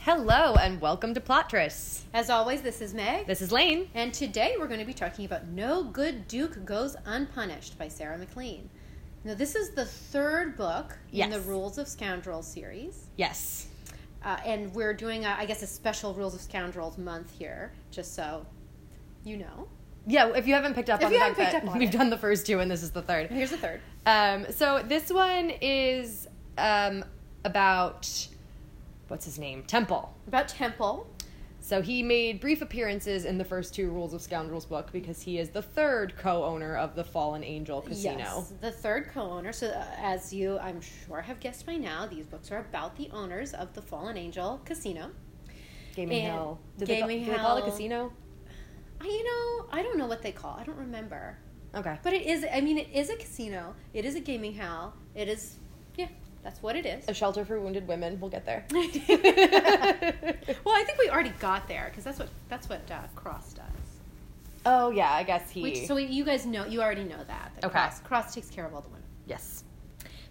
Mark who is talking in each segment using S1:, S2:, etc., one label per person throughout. S1: Hello and welcome to Plotress.
S2: As always, this is Meg.
S1: This is Lane.
S2: And today we're going to be talking about No Good Duke Goes Unpunished by Sarah McLean. Now, this is the third book
S1: Yes.
S2: in the Rules of Scoundrels series.
S1: Yes.
S2: Uh, and we're doing, a, I guess, a special Rules of Scoundrels month here, just so you know.
S1: Yeah, if you haven't picked up
S2: If
S1: on
S2: you
S1: the fact
S2: haven't picked
S1: that
S2: up on
S1: we've
S2: it.
S1: done the first two and this is the third.
S2: Here's the third.
S1: Um, so this one is um, about what's his name? Temple.
S2: About Temple.
S1: So he made brief appearances in the first two Rules of Scoundrels book because he is the third co-owner of the Fallen Angel Casino.
S2: Yes, the third co-owner. So, uh, as you, I'm sure, have guessed by now, these books are about the owners of the Fallen Angel Casino.
S1: Gaming
S2: And
S1: Hell.
S2: Gaming
S1: they, call- do they call it
S2: Hell.
S1: casino?
S2: I, you know, I don't know what they call. I don't remember.
S1: Okay.
S2: But it is. I mean, it is a casino. It is a gaming hall. It is. Yeah, that's what it is.
S1: A shelter for wounded women. We'll get there.
S2: well, I think we already got there because that's what that's what uh, Cross does.
S1: oh yeah, I guess he.
S2: Which, so we, you guys know, you already know that. that
S1: Okay.
S2: Cross, Cross takes care of all the women.
S1: yes.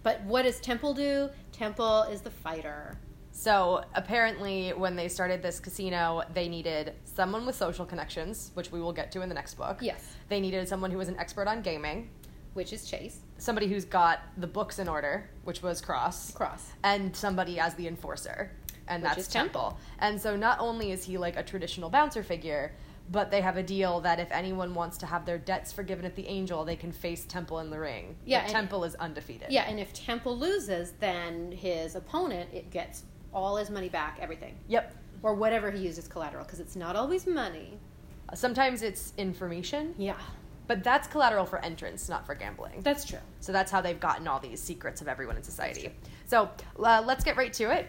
S2: But what does Temple do? Temple is the fighter.
S1: So apparently, when they started this casino, they needed someone with social connections, which we will get to in the next book.
S2: Yes.
S1: They needed someone who was an expert on gaming,
S2: Which is Chase.
S1: somebody who's got the books in order, which was Cross,
S2: Cross.
S1: and somebody as the enforcer, and
S2: Which
S1: that's
S2: is
S1: Temple.
S2: Temple.
S1: And so not only is he like a traditional bouncer figure, but they have a deal that if anyone wants to have their debts forgiven at the Angel, they can face Temple in the ring. But
S2: Yeah, and-
S1: Temple is undefeated.
S2: Yeah, and if Temple loses, then his opponent it gets all his money back, everything,
S1: Yep.
S2: or whatever he used as collateral, because it's not always money.
S1: Sometimes it's information,
S2: Yeah,
S1: but that's collateral for entrance, not for gambling.
S2: that's true.
S1: So that's how they've gotten all these secrets of everyone in society. So uh, let's get right to it.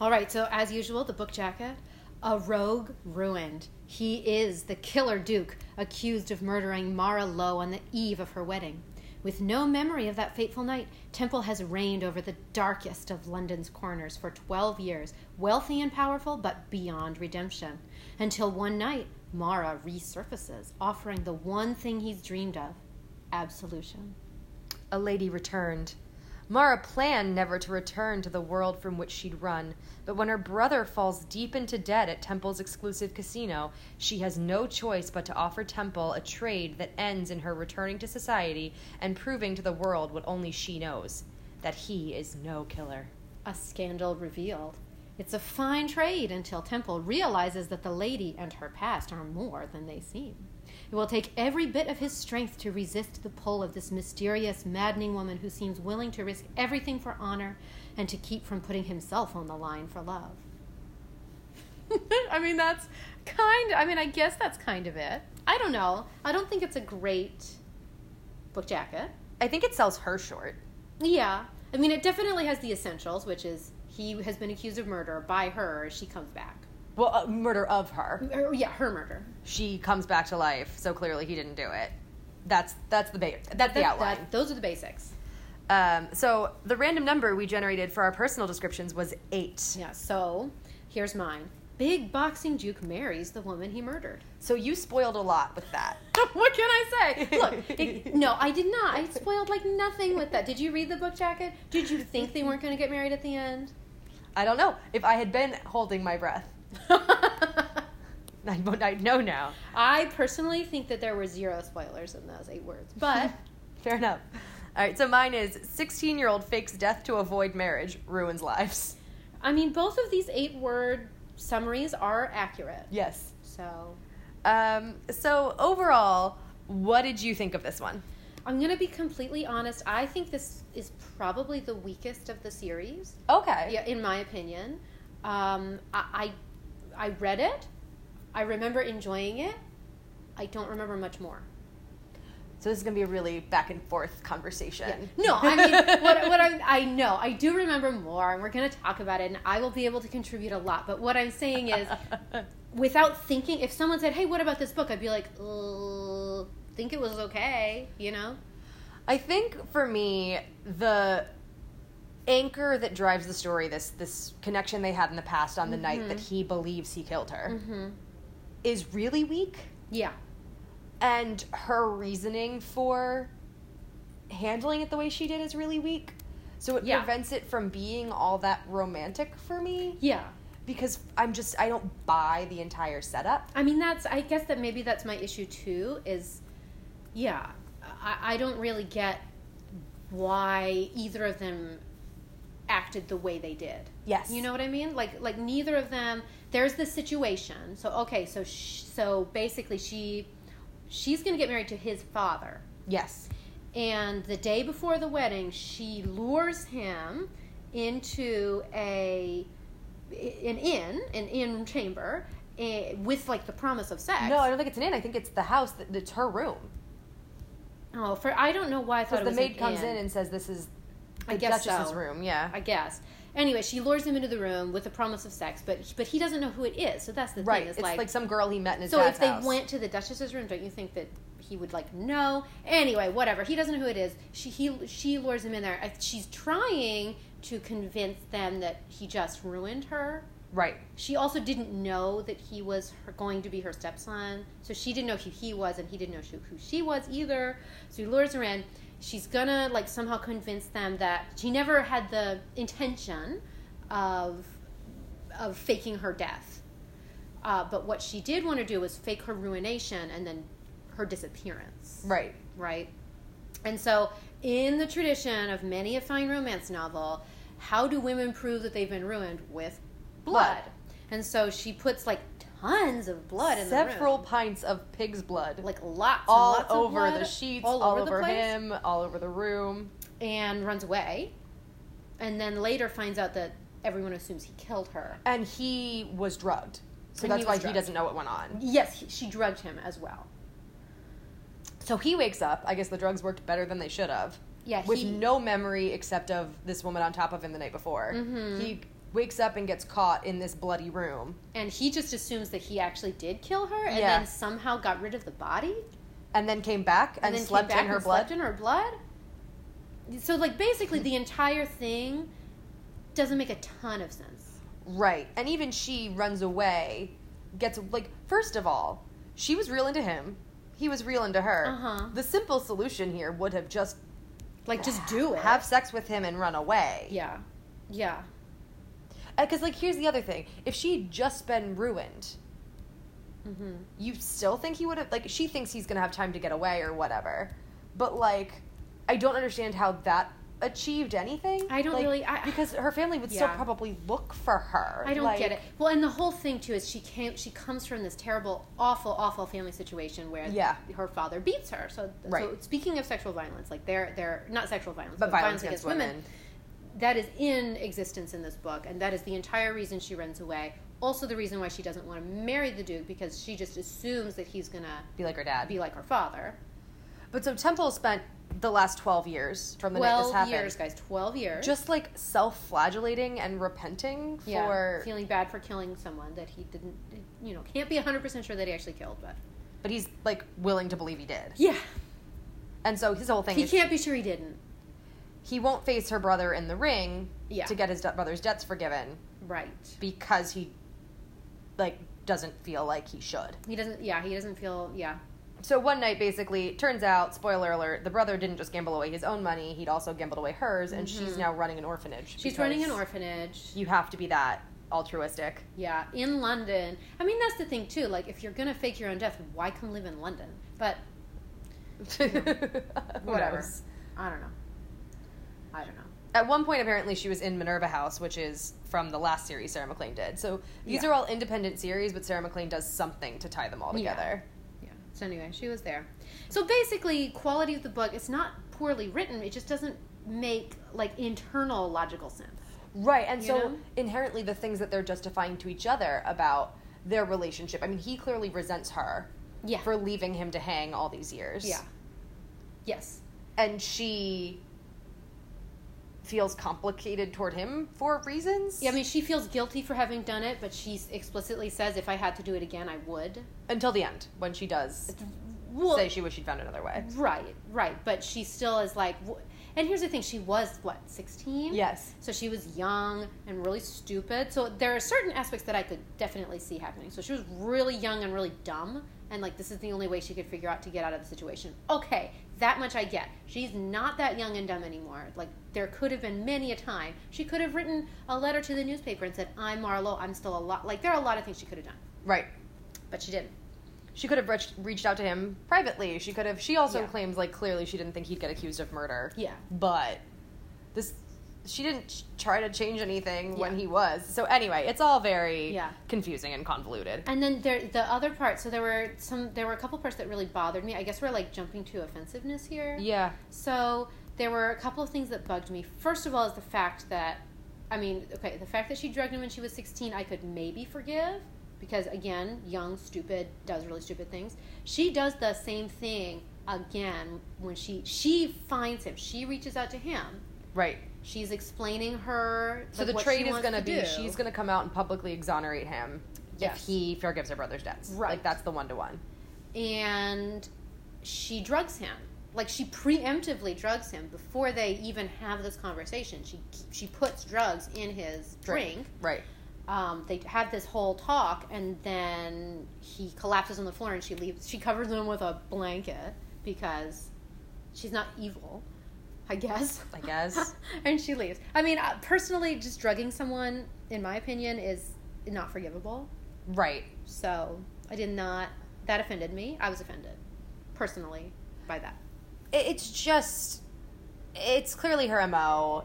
S2: All right, so as usual, the book jacket, a rogue ruined. He is the killer duke, accused of murdering Mara Lowe on the eve of her wedding. With no memory of that fateful night, Temple has reigned over the darkest of London's corners for 12 years, wealthy and powerful, but beyond redemption. Until one night, Mara resurfaces, offering the one thing he's dreamed of absolution.
S1: A lady returned. Mara planned never to return to the world from which she'd run, but when her brother falls deep into debt at Temple's exclusive casino, she has no choice but to offer Temple a trade that ends in her returning to society and proving to the world what only she knows that he is no killer.
S2: A scandal revealed. It's a fine trade until Temple realizes that the lady and her past are more than they seem. It will take every bit of his strength to resist the pull of this mysterious, maddening woman who seems willing to risk everything for honor and to keep from putting himself on the line for love. I mean, that's kind. I mean, I guess that's kind of it. I don't know. I don't think it's a great book jacket.
S1: I think it sells her short.
S2: Yeah. I mean, it definitely has the essentials, which is he has been accused of murder by her. She comes back.
S1: Well, uh, murder of her.
S2: Or, yeah, her murder.
S1: she comes back to life. So clearly he didn't do it. That's that's the ba- that's the
S2: That-
S1: outline.
S2: that- those are the basics.
S1: Um, so the random number we generated for our personal descriptions was eight.
S2: Yeah. So here's mine. Big boxing duke marries the woman he murdered.
S1: So you spoiled a lot with that.
S2: what can I say? Look, it, no, I did not. I spoiled like nothing with that. Did you read the book jacket? Did you think they weren't going to get married at the end?
S1: I don't know if I had been holding my breath. I I know now.
S2: I personally think that there were zero spoilers in those eight words, but
S1: Fair enough. All right, so mine is 16 year old fakes death to avoid marriage, ruins lives.
S2: I mean, both of these eight word summaries are accurate.
S1: Yes.
S2: So
S1: Um, so overall, what did you think of this one?
S2: I'm going to be completely honest. I think this is probably the weakest of the series,
S1: Okay.
S2: yeah, in my opinion. Um, I, I, I read it, I remember enjoying it, I don't remember much more.
S1: So this is gonna be a really back and forth conversation.
S2: No, I mean, what, what I'm, I know, I do remember more, and we're going to talk about it, and I will be able to contribute a lot. But what I'm saying is, without thinking, if someone said, hey, what about this book? I'd be like, "Uh, think it was okay, you know?
S1: I think for me the anchor that drives the story this this connection they had in the past on the night that
S2: Mm-hmm.
S1: he believes he killed her is really weak
S2: Yeah.
S1: and her reasoning for handling it the way she did is really weak. So it
S2: Yeah.
S1: prevents it from being all that romantic for me.
S2: Yeah.
S1: because I'm just I don't buy the entire setup.
S2: I mean, that's. I guess that maybe that's my issue too. Is yeah, I, I don't really get why either of them acted the way they did.
S1: Yes.
S2: You know what I mean? Like like neither of them. There's the situation. So okay, so sh- so basically she she's going to get married to his father.
S1: Yes.
S2: And the day before the wedding, she lures him into a an inn, an inn chamber, eh, with like the promise of sex.
S1: No, I don't think it's an inn. I think it's the house. That, it's her room.
S2: oh, for I don't know why I thought
S1: Because
S2: it
S1: the
S2: was an
S1: maid comes in
S2: inn.
S1: and says, "This is the
S2: I guess
S1: Duchess's
S2: so.
S1: room." Yeah.
S2: I guess. Anyway, she lures him into the room with the promise of sex, but but he doesn't know who it is. So that's the
S1: right.
S2: thing.
S1: It's like, some girl he met in his
S2: so
S1: dad's
S2: if they
S1: house.
S2: went to the Duchess's room, don't you think that he would like know? Anyway, whatever. He doesn't know who it is. She he she lures him in there. I- She's trying to convince them that he just ruined her.
S1: right.
S2: She also didn't know that he was her, going to be her stepson, so she didn't know who he was, and he didn't know who, who she was either. So he lures her in. She's gonna like somehow convince them that she never had the intention of of faking her death, uh, but what she did want to do was fake her ruination and then her disappearance
S1: Right.
S2: right? And so, in the tradition of many a fine romance novel, how do women prove that they've been ruined with blood?
S1: Blood.
S2: And so she puts like tons of blood in
S1: Several
S2: the room,
S1: pints of pig's blood.
S2: like lots,
S1: all
S2: and lots
S1: over
S2: of blood,
S1: the sheets,
S2: all, over, the place,
S1: him, all over the room.
S2: and runs away. And then later finds out that everyone assumes he killed her.
S1: And he was drugged. So
S2: And
S1: that's
S2: he
S1: why
S2: was
S1: he
S2: drugged.
S1: doesn't know what went on.
S2: Yes, he, she drugged him as well.
S1: So he wakes up. I guess the drugs worked better than they should have.
S2: Yeah,
S1: With
S2: he,
S1: no memory except of this woman on top of him the night before.
S2: Mm-hmm.
S1: He wakes up and gets caught in this bloody room.
S2: and he just assumes that he actually did kill her, and
S1: Yeah.
S2: then somehow got rid of the body.
S1: And then came back and,
S2: and, then
S1: slept
S2: came back
S1: in her
S2: and
S1: blood.
S2: Slept in her blood. So like basically the entire thing doesn't make a ton of sense.
S1: Right. And even she runs away, gets, like, first of all, she was real into him. He was real into her.
S2: Uh-huh.
S1: The simple solution here would have just
S2: Like just do it.
S1: have sex with him and run away.
S2: yeah, yeah,
S1: Because, Uh, like, here's the other thing. If she had just been ruined,
S2: hmm
S1: you still think he would have, like, she thinks he's going to have time to get away or whatever. But, like, I don't understand how that achieved anything.
S2: I don't
S1: Like,
S2: really- I-
S1: because her family would still
S2: Yeah.
S1: probably look for her.
S2: I don't
S1: Like,
S2: get it. Well, and the whole thing too is she came. She comes from this terrible, awful, awful family situation where
S1: Yeah.
S2: her father beats her. So, so
S1: Right.
S2: speaking of sexual violence, like they're they're not sexual violence,
S1: But
S2: but,
S1: violence
S2: violence,
S1: against
S2: against,
S1: women.
S2: women. That is in existence in this book, and that is the entire reason she runs away. Also, the reason why she doesn't want to marry the Duke because she just assumes that he's gonna
S1: Be like her dad.
S2: be like her father.
S1: But so Temple spent the last 12 years from the night this
S2: Twelve
S1: happened.
S2: years, guys. Twelve years.
S1: Just like self flagellating and repenting
S2: yeah,
S1: for.
S2: feeling bad for killing someone that he didn't, you know, can't be hundred percent sure that he actually killed, but
S1: But he's like willing to believe he did.
S2: yeah,
S1: And so his whole thing
S2: he
S1: is
S2: can't be sure he didn't.
S1: he won't face her brother in the ring
S2: Yeah.
S1: to get his de- brother's debts forgiven
S2: Right.
S1: because he like doesn't feel like he should.
S2: He doesn't. Yeah, he doesn't feel. Yeah.
S1: So one night basically it turns out spoiler alert the brother didn't just gamble away his own money, he'd also gambled away hers and she's now running an orphanage.
S2: Mm-hmm. She's running an
S1: because
S2: orphanage.
S1: You have to be that altruistic.
S2: Yeah, in London. I mean, that's the thing too. Like, if you're gonna fake your own death, why come live in London? But
S1: Whatever.
S2: whatever. I don't know. I don't know.
S1: At one point, apparently, she was in Minerva House, which is from the last series Sarah McLean did. So these
S2: Yeah.
S1: are all independent series, but Sarah McLean does something to tie them all
S2: Yeah.
S1: together.
S2: Yeah. So anyway, she was there. So basically, quality of the book. It's not poorly written. It just doesn't make like internal logical sense.
S1: Right, and
S2: You
S1: so
S2: know?
S1: inherently, the things that they're justifying to each other about their relationship. I mean, he clearly resents her
S2: Yeah.
S1: for leaving him to hang all these years.
S2: yeah. Yes.
S1: And she feels complicated toward him for reasons.
S2: Yeah, I mean, she feels guilty for having done it, but she explicitly says, "If I had to do it again, I would."
S1: until the end, when she does
S2: Well,
S1: say she wished she'd found another way.
S2: Right, right. But she still is like, wh- and here's the thing: she was what, sixteen?
S1: Yes.
S2: So she was young and really stupid. So there are certain aspects that I could definitely see happening. So she was really young and really dumb, and like this is the only way she could figure out to get out of the situation. Okay, That much I get. She's not that young and dumb anymore. Like, there could have been many a time. She could have written a letter to the newspaper and said, I'm Marlo, I'm still alive. Like, there are a lot of things she could have done,
S1: Right.
S2: but she didn't.
S1: She could have reached, reached out to him privately. She could have. She also
S2: Yeah.
S1: claims like clearly she didn't think he'd get accused of murder.
S2: Yeah.
S1: But this, she didn't ch- try to change anything when
S2: Yeah.
S1: he was. So anyway, it's all very
S2: Yeah.
S1: confusing and convoluted.
S2: And then there, the other part. So there were some. There were a couple parts that really bothered me. I guess we're like jumping to offensiveness here.
S1: Yeah.
S2: So there were a couple of things that bugged me. First of all, is the fact that, I mean, okay, the fact that she drugged him when she was 16, I could maybe forgive because again, young, stupid, does really stupid things. She does the same thing again when she she finds him. She reaches out to him.
S1: Right.
S2: She's explaining her.
S1: So the trade is going to be she's going to come out and publicly exonerate him
S2: Yes.
S1: if he forgives her brother's debts.
S2: Right.
S1: Like that's the one to one.
S2: and she drugs him. Like she preemptively drugs him before they even have this conversation. She she puts drugs in his drink.
S1: Right.
S2: Um, they have this whole talk, and then he collapses on the floor, and she leaves. She covers him with a blanket because she's not evil, I guess.
S1: I guess.
S2: and she leaves. I mean, uh, personally, just drugging someone, in my opinion, is not forgivable.
S1: Right.
S2: So I did not. That offended me. I was offended, personally, by that.
S1: it- it's just it's clearly her mo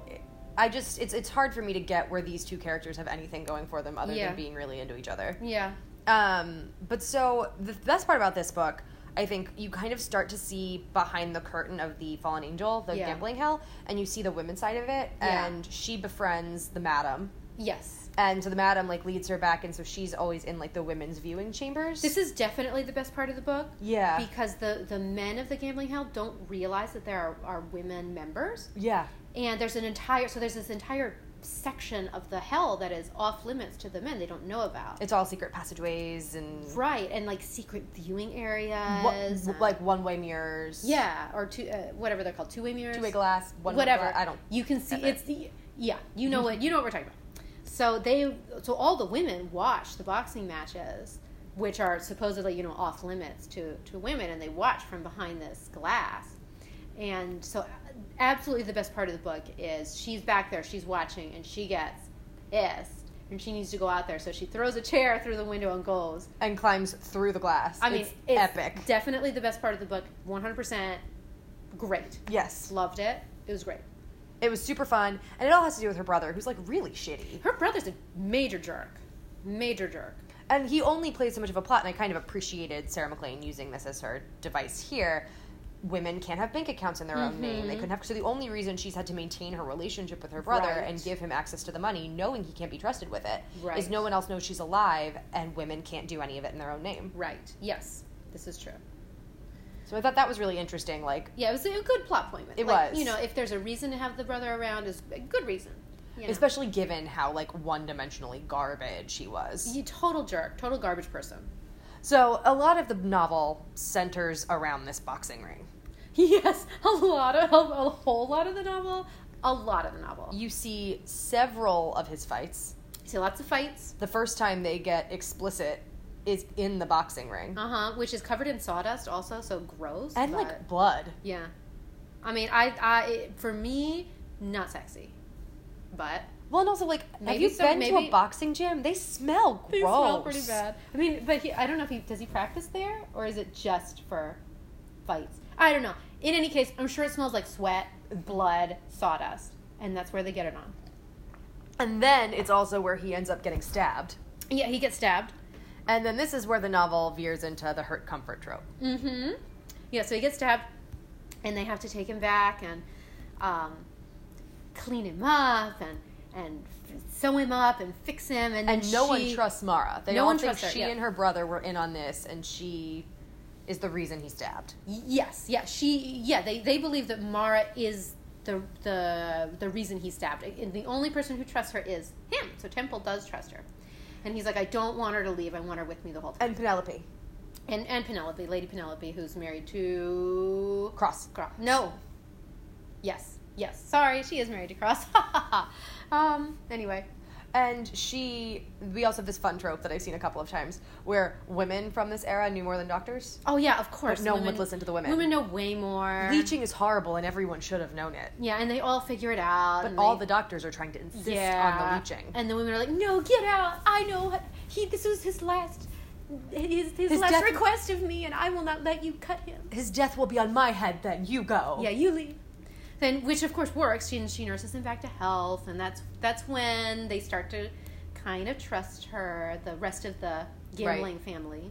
S1: i just it's it's hard for me to get where these two characters have anything going for them other
S2: Yeah.
S1: than being really into each other
S2: Yeah.
S1: um but so the best part about this book i think you kind of start to see behind the curtain of the fallen angel the
S2: Yeah.
S1: gambling hell and you see the women's side of it
S2: Yeah.
S1: and she befriends the madam
S2: Yes.
S1: and so the madam like leads her back and so she's always in like the women's viewing chambers
S2: This is definitely the best part of the book
S1: yeah
S2: because the the men of the gambling hell don't realize that there are, are women members,
S1: yeah
S2: and there's an entire so there's this entire section of the hell that is off limits to the men. They don't know about.
S1: it's all secret passageways and
S2: right, and like secret viewing areas,
S1: Wha-
S2: and-
S1: like one way mirrors.
S2: uh, yeah, or two uh, whatever they're called, two way mirrors,
S1: Two way glass, one
S2: whatever.
S1: Way glass. I don't.
S2: You can see
S1: get it. Mm-hmm.
S2: it's the yeah. You know what you know what we're talking about. So they so all the women watch the boxing matches, which are supposedly you know off limits to to women, and they watch from behind this glass. And so, absolutely the best part of the book is she's back there, she's watching, and she gets pissed, and she needs to go out there. So she throws a chair through the window and goes.
S1: And climbs through the glass.
S2: I mean,
S1: it's,
S2: it's
S1: epic.
S2: Definitely the best part of the book. One hundred percent, great.
S1: yes,
S2: Loved it. It was great.
S1: it was super fun, and it all has to do with her brother, who's like really shitty,
S2: Her brother's a major jerk. Major jerk.
S1: and he only plays so much of a plot. And I kind of appreciated Sarah McLean using this as her device here. Women can't have bank accounts in their own
S2: Mm-hmm.
S1: name. They couldn't have. So the only reason she's had to maintain her relationship with her brother
S2: Right.
S1: and give him access to the money, knowing he can't be trusted with it, is
S2: Right.
S1: no one else knows she's alive, and women can't do any of it in their own name.
S2: Right. Yes. This is true.
S1: So I thought that was really interesting. Like
S2: Yeah, it was a good plot point.
S1: It
S2: Like,
S1: was.
S2: You know, if there's a reason to have the brother around, is a good reason. You know?
S1: especially given how like one-dimensionally garbage he was.
S2: He total jerk, total garbage person.
S1: So a lot of the novel centers around this boxing ring.
S2: Yes, a lot of a whole lot of the novel, a lot of the novel.
S1: You see several of his fights.
S2: See lots of fights.
S1: The first time they get explicit is in the boxing ring
S2: Uh huh. Which is covered in sawdust, also, so gross.
S1: and
S2: but-
S1: like blood.
S2: yeah. I mean, I, I, it, for me, not sexy, but
S1: Well, and also like, have
S2: Maybe
S1: you
S2: so-
S1: been to
S2: maybe-
S1: a boxing gym? They smell gross.
S2: They smell pretty bad. I mean, but he, I don't know if he does he practice there or is it just for fights? I don't know. In any case, I'm sure it smells like sweat, blood, sawdust, and that's where they get it on.
S1: And then it's also where he ends up getting stabbed.
S2: Yeah, he gets stabbed.
S1: And then this is where the novel veers into the hurt comfort trope.
S2: Mm-hmm. Yeah, so he gets stabbed, and they have to take him back and um, clean him up and and sew him up and fix him and
S1: and
S2: then
S1: no one
S2: she-
S1: trusts Mara. They
S2: No
S1: all
S2: one
S1: think
S2: trusts her,
S1: she
S2: yeah.
S1: and her brother were in on this, and she is the reason he stabbed.
S2: Yes, yeah, she, yeah, they, they believe that Mara is the, the the reason he stabbed. And the only person who trusts her is him. So Temple does trust her, and he's like, I don't want her to leave. I want her with me the whole time.
S1: And Penelope
S2: And and Penelope, Lady Penelope, who's married to
S1: Cross.
S2: Cross. No. Yes, yes. Sorry, she is married to Cross. um. Anyway,
S1: And she, we also have this fun trope that I've seen a couple of times where women from this era knew more than doctors.
S2: Oh yeah, of course.
S1: But no one would listen to the women.
S2: Women know way more.
S1: Leeching is horrible and everyone should have known it.
S2: Yeah, and they all figure it out.
S1: But
S2: and
S1: all
S2: they-
S1: the doctors are trying to insist on the leeching.
S2: And the women are like, "No, get out! I know he. This was his last, his, his,
S1: His
S2: last
S1: death-
S2: request of me, and I will not let you cut him.
S1: His death will be on my head then. You go.
S2: Yeah, you leave." Then, which of course works. She she nurses him back to health, and that's that's when they start to kind of trust her. The rest of the gambling family.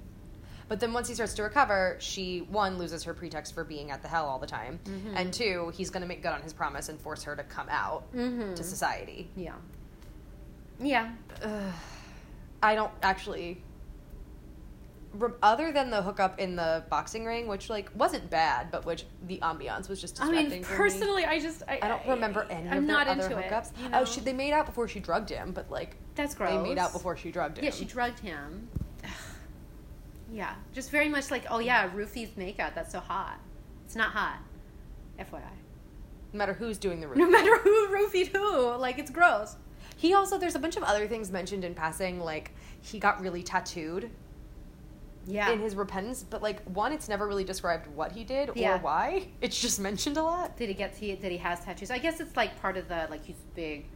S1: But then once he starts to recover, she one loses her pretext for being at the hell all the time,
S2: Mm-hmm.
S1: and two, he's going to make good on his promise and force her to come out
S2: Mm-hmm.
S1: to society.
S2: Yeah. Yeah.
S1: I don't actually. re- Other than the hookup in the boxing ring, which like wasn't bad, but which the ambiance was just
S2: I
S1: distracting.
S2: mean,
S1: for me.
S2: personally, I just I,
S1: I don't remember any
S2: I'm
S1: of their
S2: not
S1: other
S2: into
S1: hookups.
S2: It, you know?
S1: Oh, she, they made out before she drugged him, but like
S2: that's gross.
S1: they made out before she drugged him.
S2: Yeah, she drugged him. yeah, just very much like, oh yeah, Rufy's makeout. That's so hot. It's not hot, FYI.
S1: no matter who's doing the room.
S2: No matter who roofied who, like it's gross.
S1: He also there's a bunch of other things mentioned in passing, like he got really tattooed
S2: Yeah,
S1: in his repentance, but like one, it's never really described what he did
S2: Yeah.
S1: or why. It's just mentioned a lot.
S2: did he get? He that he has tattoos. I guess it's like part of the like he's big.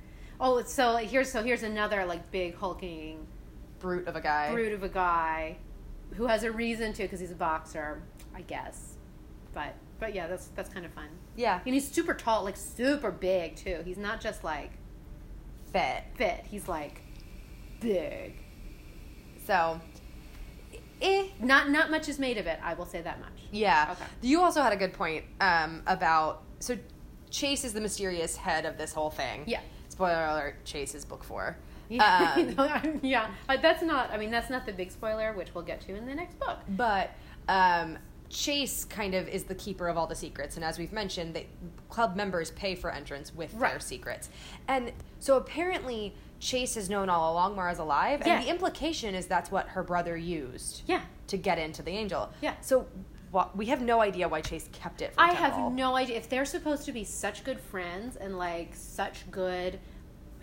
S2: Oh, so here's so here's another like big hulking
S1: Brute of a guy.
S2: brute of a guy who has a reason to because he's a boxer, I guess. But but yeah, that's that's kind of fun.
S1: Yeah.
S2: And he's super tall, like super big too. He's not just like
S1: Fit.
S2: fit. He's like big.
S1: So, eh.
S2: Not not much is made of it. I will say that much.
S1: Yeah.
S2: Okay.
S1: You also had a good point um, about so Chase is the mysterious head of this whole thing.
S2: Yeah.
S1: Spoiler alert: Chase is book four.
S2: Yeah,
S1: Um,
S2: No, I'm- yeah. Uh, that's not. I mean, that's not the big spoiler, which we'll get to in the next book.
S1: But um, Chase kind of is the keeper of all the secrets, and as we've mentioned, they, club members pay for entrance with their
S2: Right.
S1: secrets, and so apparently Chase has known all along Mara's alive,
S2: Yeah.
S1: and the implication is that's what her brother used
S2: Yeah,
S1: to get into the Angel.
S2: Yeah.
S1: So wha- we have no idea why Chase kept it. From
S2: I have
S1: Temple.
S2: no idea if they're supposed to be such good friends and like such good,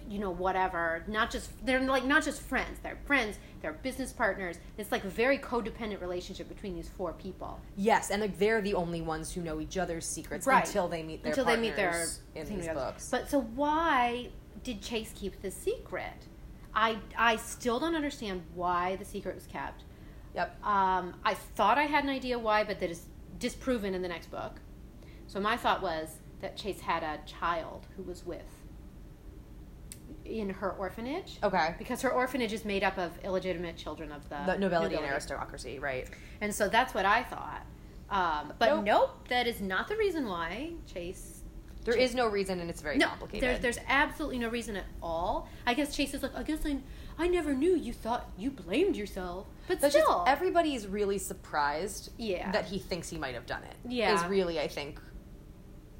S2: you know, whatever. Not just they're like not just friends. They're friends. They're business partners. It's like a very codependent relationship between these four people.
S1: Yes, and like they're the only ones who know each other's secrets
S2: Right.
S1: until they meet their
S2: until they meet their
S1: partners in
S2: thing
S1: these
S2: together.
S1: books.
S2: But so why did Chase keep the secret? I I still don't understand why the secret was kept.
S1: yep.
S2: Um, I thought I had an idea why, but that is disproven in the next book. So my thought was that Chase had a child who was with in her orphanage
S1: Okay.
S2: because her orphanage is made up of illegitimate children of the,
S1: The nobility and aristocracy, right?
S2: and so that's what I thought. Um, but
S1: Nope.
S2: nope. that is not the reason why Chase.
S1: There is no reason, and it's very
S2: No,
S1: complicated.
S2: there's there's absolutely no reason at all. I guess Chase is like, I guess I, I never knew you thought you blamed yourself, but
S1: That's
S2: still,
S1: just everybody's really surprised
S2: Yeah.
S1: that he thinks he might have done it.
S2: Yeah.
S1: Is really, I think,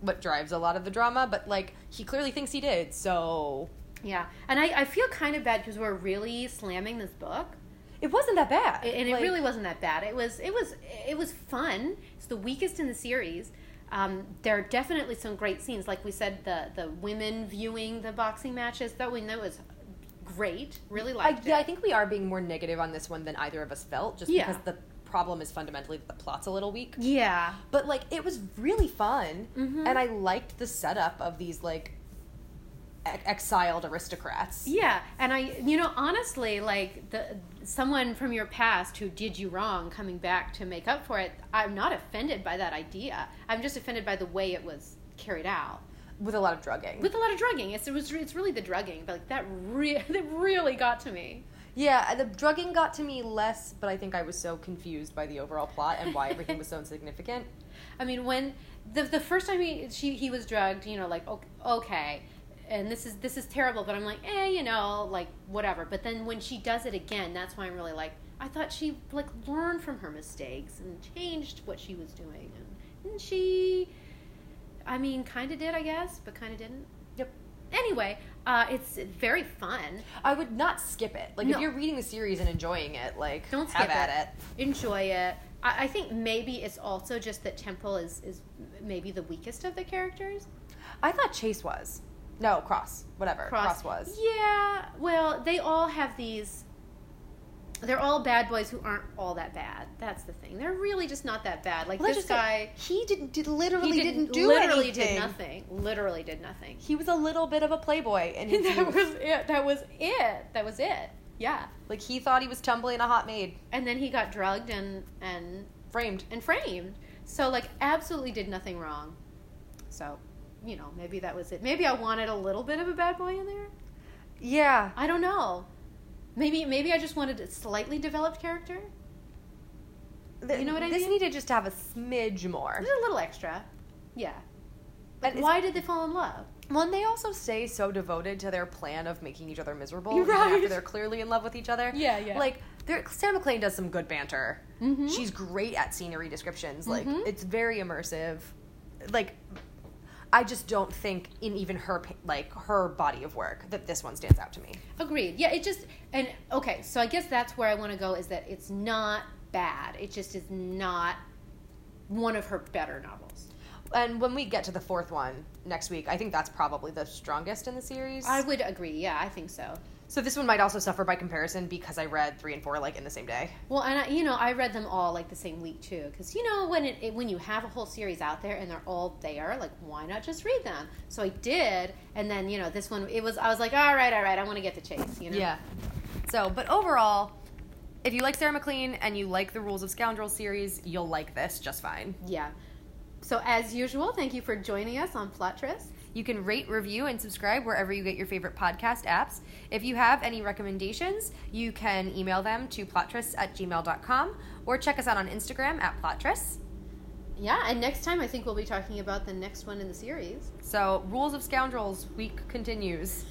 S1: what drives a lot of the drama, but like he clearly thinks he did, so
S2: Yeah, and I, I feel kind of bad because we're really slamming this book,
S1: it wasn't that bad.
S2: A- and it
S1: Like,
S2: really wasn't that bad. It was it was it was fun. It's the weakest in the series. Um, there are definitely some great scenes, like we said, the the women viewing the boxing matches. That we know is great. Really
S1: I,
S2: liked
S1: yeah, I
S2: it.
S1: think we are being more negative on this one than either of us felt, just
S2: Yeah.
S1: because the problem is fundamentally that the plot's a little weak.
S2: yeah,
S1: But like it was really fun,
S2: Mm-hmm.
S1: and I liked the setup of these like ex- exiled aristocrats.
S2: yeah, and I you know honestly, like the someone from your past who did you wrong coming back to make up for it. I'm not offended by that idea. I'm just offended by the way it was carried out.
S1: with a lot of drugging.
S2: with a lot of drugging. It's, it was it's really the drugging, but like that re- that really got to me.
S1: yeah, uh, the drugging got to me less, but I think I was so confused by the overall plot and why everything was so insignificant.
S2: I mean, when the the first time he she he was drugged, you know, like okay, okay, and this is this is terrible, but I'm like, eh, you know, like whatever. But then when she does it again, that's why I'm really like, I thought she like learned from her mistakes and changed what she was doing, and, and she, I mean, kind of did, I guess, but kind of didn't.
S1: Yep.
S2: Anyway, uh, it's very fun.
S1: I would not skip it. Like if
S2: No.
S1: you're reading the series and enjoying it, like
S2: Don't
S1: have
S2: skip
S1: at
S2: it.
S1: it.
S2: enjoy it. I, I think maybe it's also just that Temple is is maybe the weakest of the characters.
S1: I thought Chase was. No, Cross. Whatever. Cross, was.
S2: Yeah. Well, they all have these. They're all bad boys who aren't all that bad. That's the thing. They're really just not that bad. Like
S1: Well, that's
S2: this
S1: just it.
S2: guy,
S1: He didn't, did, literally
S2: he
S1: didn't, do
S2: literally
S1: anything.
S2: did nothing. Literally did nothing.
S1: He was a little bit of a playboy, and he,
S2: that was it. That was it. That was it. Yeah.
S1: like he thought he was tumbling a hot maid,
S2: And then he got drugged and and
S1: framed.
S2: and framed. So like absolutely did nothing wrong. So, you know, maybe that was it. Maybe I wanted a little bit of a bad boy in there.
S1: Yeah,
S2: I don't know. Maybe maybe I just wanted a slightly developed character.
S1: Th-
S2: You know what I
S1: This
S2: mean?
S1: needed just to have a smidge more.
S2: Just a little extra. Yeah. Like,
S1: And it's-
S2: why did they fall in love?
S1: Well, and they also stay so devoted to their plan of making each other miserable
S2: You're
S1: even after
S2: right.
S1: they're clearly in love with each other.
S2: Yeah, yeah.
S1: Like, there, Sam McLean does some good banter.
S2: Mhm.
S1: She's great at scenery descriptions. Like,
S2: Mhm.
S1: it's very immersive. Like, I just don't think in even her pa- like her body of work that this one stands out to me.
S2: Agreed. Yeah, it just and okay, so I guess that's where I want to go is that it's not bad. It just is not one of her better novels.
S1: And when we get to the fourth one next week, I think that's probably the strongest in the series.
S2: I would agree. Yeah, I think so.
S1: so this one might also suffer by comparison because I read three and four like in the same day.
S2: Well, and I, you know, I read them all like the same week too, because you know when it, it when you have a whole series out there and they're all there, like why not just read them? So I did, and then you know this one, it was I was like, all right, all right, I want to get the chase, you know.
S1: Yeah. So, but overall, if you like Sarah McLean and you like the Rules of Scoundrels series, you'll like this just fine.
S2: Yeah. So as usual, thank you for joining us on Plot Tryst.
S1: You can rate, review, and subscribe wherever you get your favorite podcast apps. If you have any recommendations, you can email them to plottris at gmail.com or check us out on Instagram at plottris.
S2: Yeah, and next time I think we'll be talking about the next one in the series.
S1: So, Rules of Scoundrels week continues.